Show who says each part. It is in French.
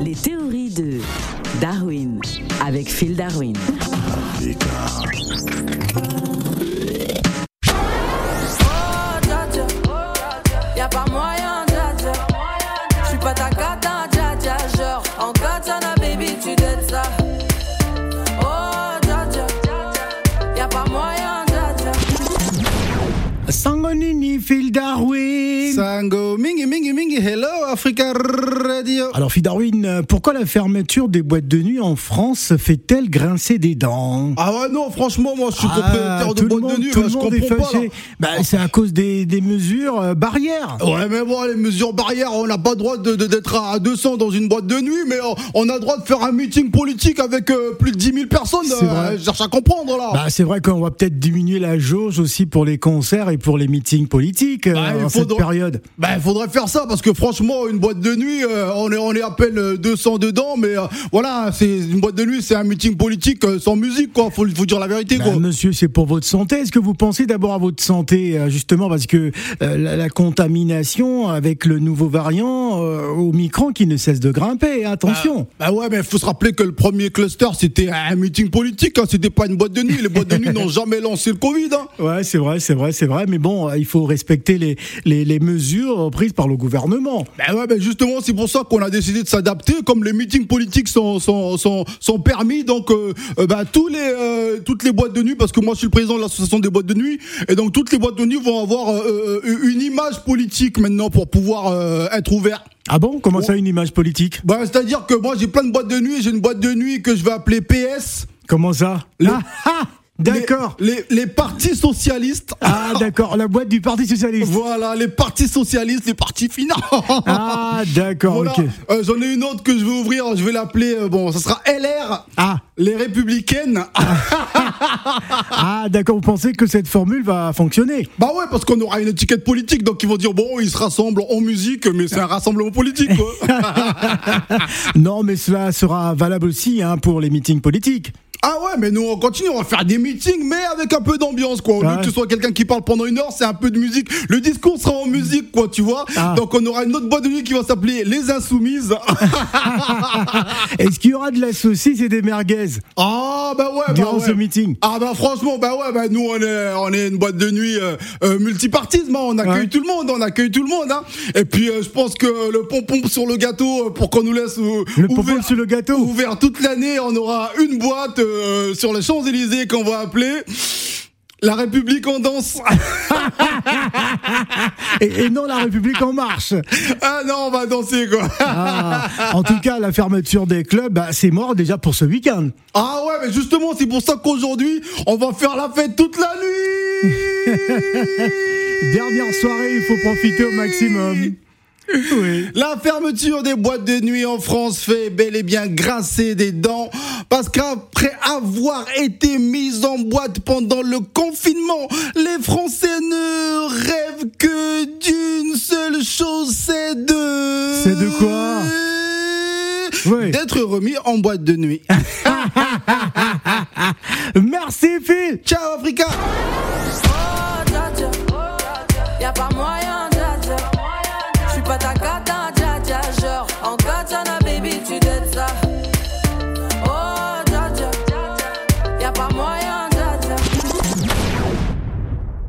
Speaker 1: Les théories de Darwin avec Phil Darwin.
Speaker 2: Y'a pas moyen, dja dja. J'suis pas ta cata, dja dja. Genre, en katana, baby, tu dettes ça. Oh, dja dja. Y'a pas moyen, dja dja.
Speaker 3: Sangonini, Phil Darwin.
Speaker 4: Sango, mingi mingi mingi, hello Africa Radio.
Speaker 3: Alors, Phil Darwin, euh, pourquoi la fermeture des boîtes de nuit en France fait-elle grincer des dents
Speaker 4: Ah ouais non, franchement moi je suis
Speaker 3: Ah,
Speaker 4: propriétaire de
Speaker 3: tout le
Speaker 4: boîte de
Speaker 3: monde-
Speaker 4: nuit,
Speaker 3: tout
Speaker 4: là, Oh.
Speaker 3: le
Speaker 4: je
Speaker 3: monde est
Speaker 4: comprends pas.
Speaker 3: fâché. Bah, c'est à cause des, des mesures euh, barrières.
Speaker 4: là. Ah, Ouais mais bon les mesures barrières, on n'a pas le droit de- de- d'être à 200 dans une boîte de nuit, mais euh, on a le droit de faire un meeting politique avec euh, plus de 10 000 personnes. euh,
Speaker 3: C'est vrai.
Speaker 4: Je cherche à comprendre là.
Speaker 3: Bah, c'est vrai qu'on va peut-être diminuer la jauge aussi pour les concerts et pour les meetings politiques euh,
Speaker 4: Bah, il
Speaker 3: en cette
Speaker 4: faudra-
Speaker 3: période.
Speaker 4: Bah, il faudrait faire ça parce que franchement, une boîte de nuit, euh, on, est, on est à peine euh, 200 dedans, mais euh, voilà, c'est une boîte de nuit, c'est un meeting politique euh, sans musique, quoi. Faut, faut dire la vérité,
Speaker 3: Bah,
Speaker 4: quoi.
Speaker 3: monsieur, c'est pour votre santé. Est-ce que vous pensez d'abord à votre santé, euh, justement, parce que euh, la, la contamination avec le nouveau variant euh, Omicron qui ne cesse de grimper, attention.
Speaker 4: Bah ouais, mais faut se rappeler que le premier cluster, c'était un meeting politique, hein, c'était pas une boîte de nuit. Les boîtes de nuit n'ont jamais lancé le Covid. Hein.
Speaker 3: Ouais, c'est vrai, c'est vrai, c'est vrai. Mais bon, euh, il faut respecter les, les, les mesures prises par le gouvernement.
Speaker 4: Bah ouais, mais justement, c'est pour ça qu'on a décidé de s'adapter. Comme les meetings politiques sont, sont, sont, sont permis, donc euh, euh, bah, tous les, euh, toutes les boîtes de nuit, parce que moi je suis le président de l'association des boîtes de nuit, et donc toutes les boîtes de nuit vont avoir euh, euh, une image politique maintenant pour pouvoir euh, être ouvert.
Speaker 3: Ah bon Comment ça, une image politique
Speaker 4: Bah, C'est-à-dire que moi j'ai plein de boîtes de nuit, j'ai une boîte de nuit que je vais appeler PS.
Speaker 3: Comment ça
Speaker 4: Le-
Speaker 3: Ah, ah, D'accord.
Speaker 4: Les, les, les partis socialistes.
Speaker 3: Ah, d'accord. La boîte du Parti Socialiste.
Speaker 4: Voilà, les partis socialistes, les partis finants.
Speaker 3: Ah, d'accord,
Speaker 4: Voilà.
Speaker 3: ok.
Speaker 4: Euh, J'en ai une autre que je vais ouvrir, je vais l'appeler, euh, bon, ça sera LR,
Speaker 3: Ah,
Speaker 4: les républicaines.
Speaker 3: ah d'accord. Vous pensez que cette formule va fonctionner
Speaker 4: bah ouais, parce qu'on aura une étiquette politique, donc ils vont dire, bon, ils se rassemblent en musique, mais c'est un rassemblement politique, quoi.
Speaker 3: Non, mais cela sera valable aussi hein, pour les meetings politiques.
Speaker 4: ah ouais, mais nous, on continue, on va faire des meetings, mais avec un peu d'ambiance, quoi. Au lieu
Speaker 3: Ah ouais.
Speaker 4: que ce soit quelqu'un qui parle pendant une heure, c'est un peu de musique. Le discours sera en musique, quoi, tu vois.
Speaker 3: Ah.
Speaker 4: Donc on aura une autre boîte de nuit qui va s'appeler Les Insoumises.
Speaker 3: Est-ce qu'il y aura de la saucisse et des merguez
Speaker 4: Ah bah ouais,
Speaker 3: Durant
Speaker 4: bah ouais.
Speaker 3: ce meeting.
Speaker 4: Ah bah franchement, bah ouais, bah nous on est, on est une boîte de nuit euh, euh, multipartisme, hein, on accueille
Speaker 3: Ouais.
Speaker 4: tout le monde, on accueille tout le monde. Hein. Et puis euh, je pense que le pompon sur le gâteau euh, pour qu'on nous laisse euh,
Speaker 3: Le
Speaker 4: ouvert,
Speaker 3: pompon sur le gâteau
Speaker 4: ouvert toute l'année, on aura une boîte euh, sur les Champs Élysées qu'on va appeler. La République en danse.
Speaker 3: et, et non, la République en marche.
Speaker 4: Ah non, on va danser quoi.
Speaker 3: Ah, en tout cas, la fermeture des clubs, bah, c'est mort déjà pour ce week-end.
Speaker 4: Ah ouais, mais justement, c'est pour ça qu'aujourd'hui, on va faire la fête toute la nuit.
Speaker 3: Dernière soirée, il faut profiter au maximum. Oui.
Speaker 4: La fermeture des boîtes de nuit en France fait bel et bien grincer des dents parce qu'après avoir été mise en boîte pendant le confinement, les Français ne rêvent que d'une seule chose, c'est de...
Speaker 3: C'est de quoi Oui.
Speaker 4: D'être remis en boîte de nuit.
Speaker 3: Merci Phil
Speaker 4: Ciao Africa
Speaker 2: Oh, dja dja. Y'a pas moyen, Oh,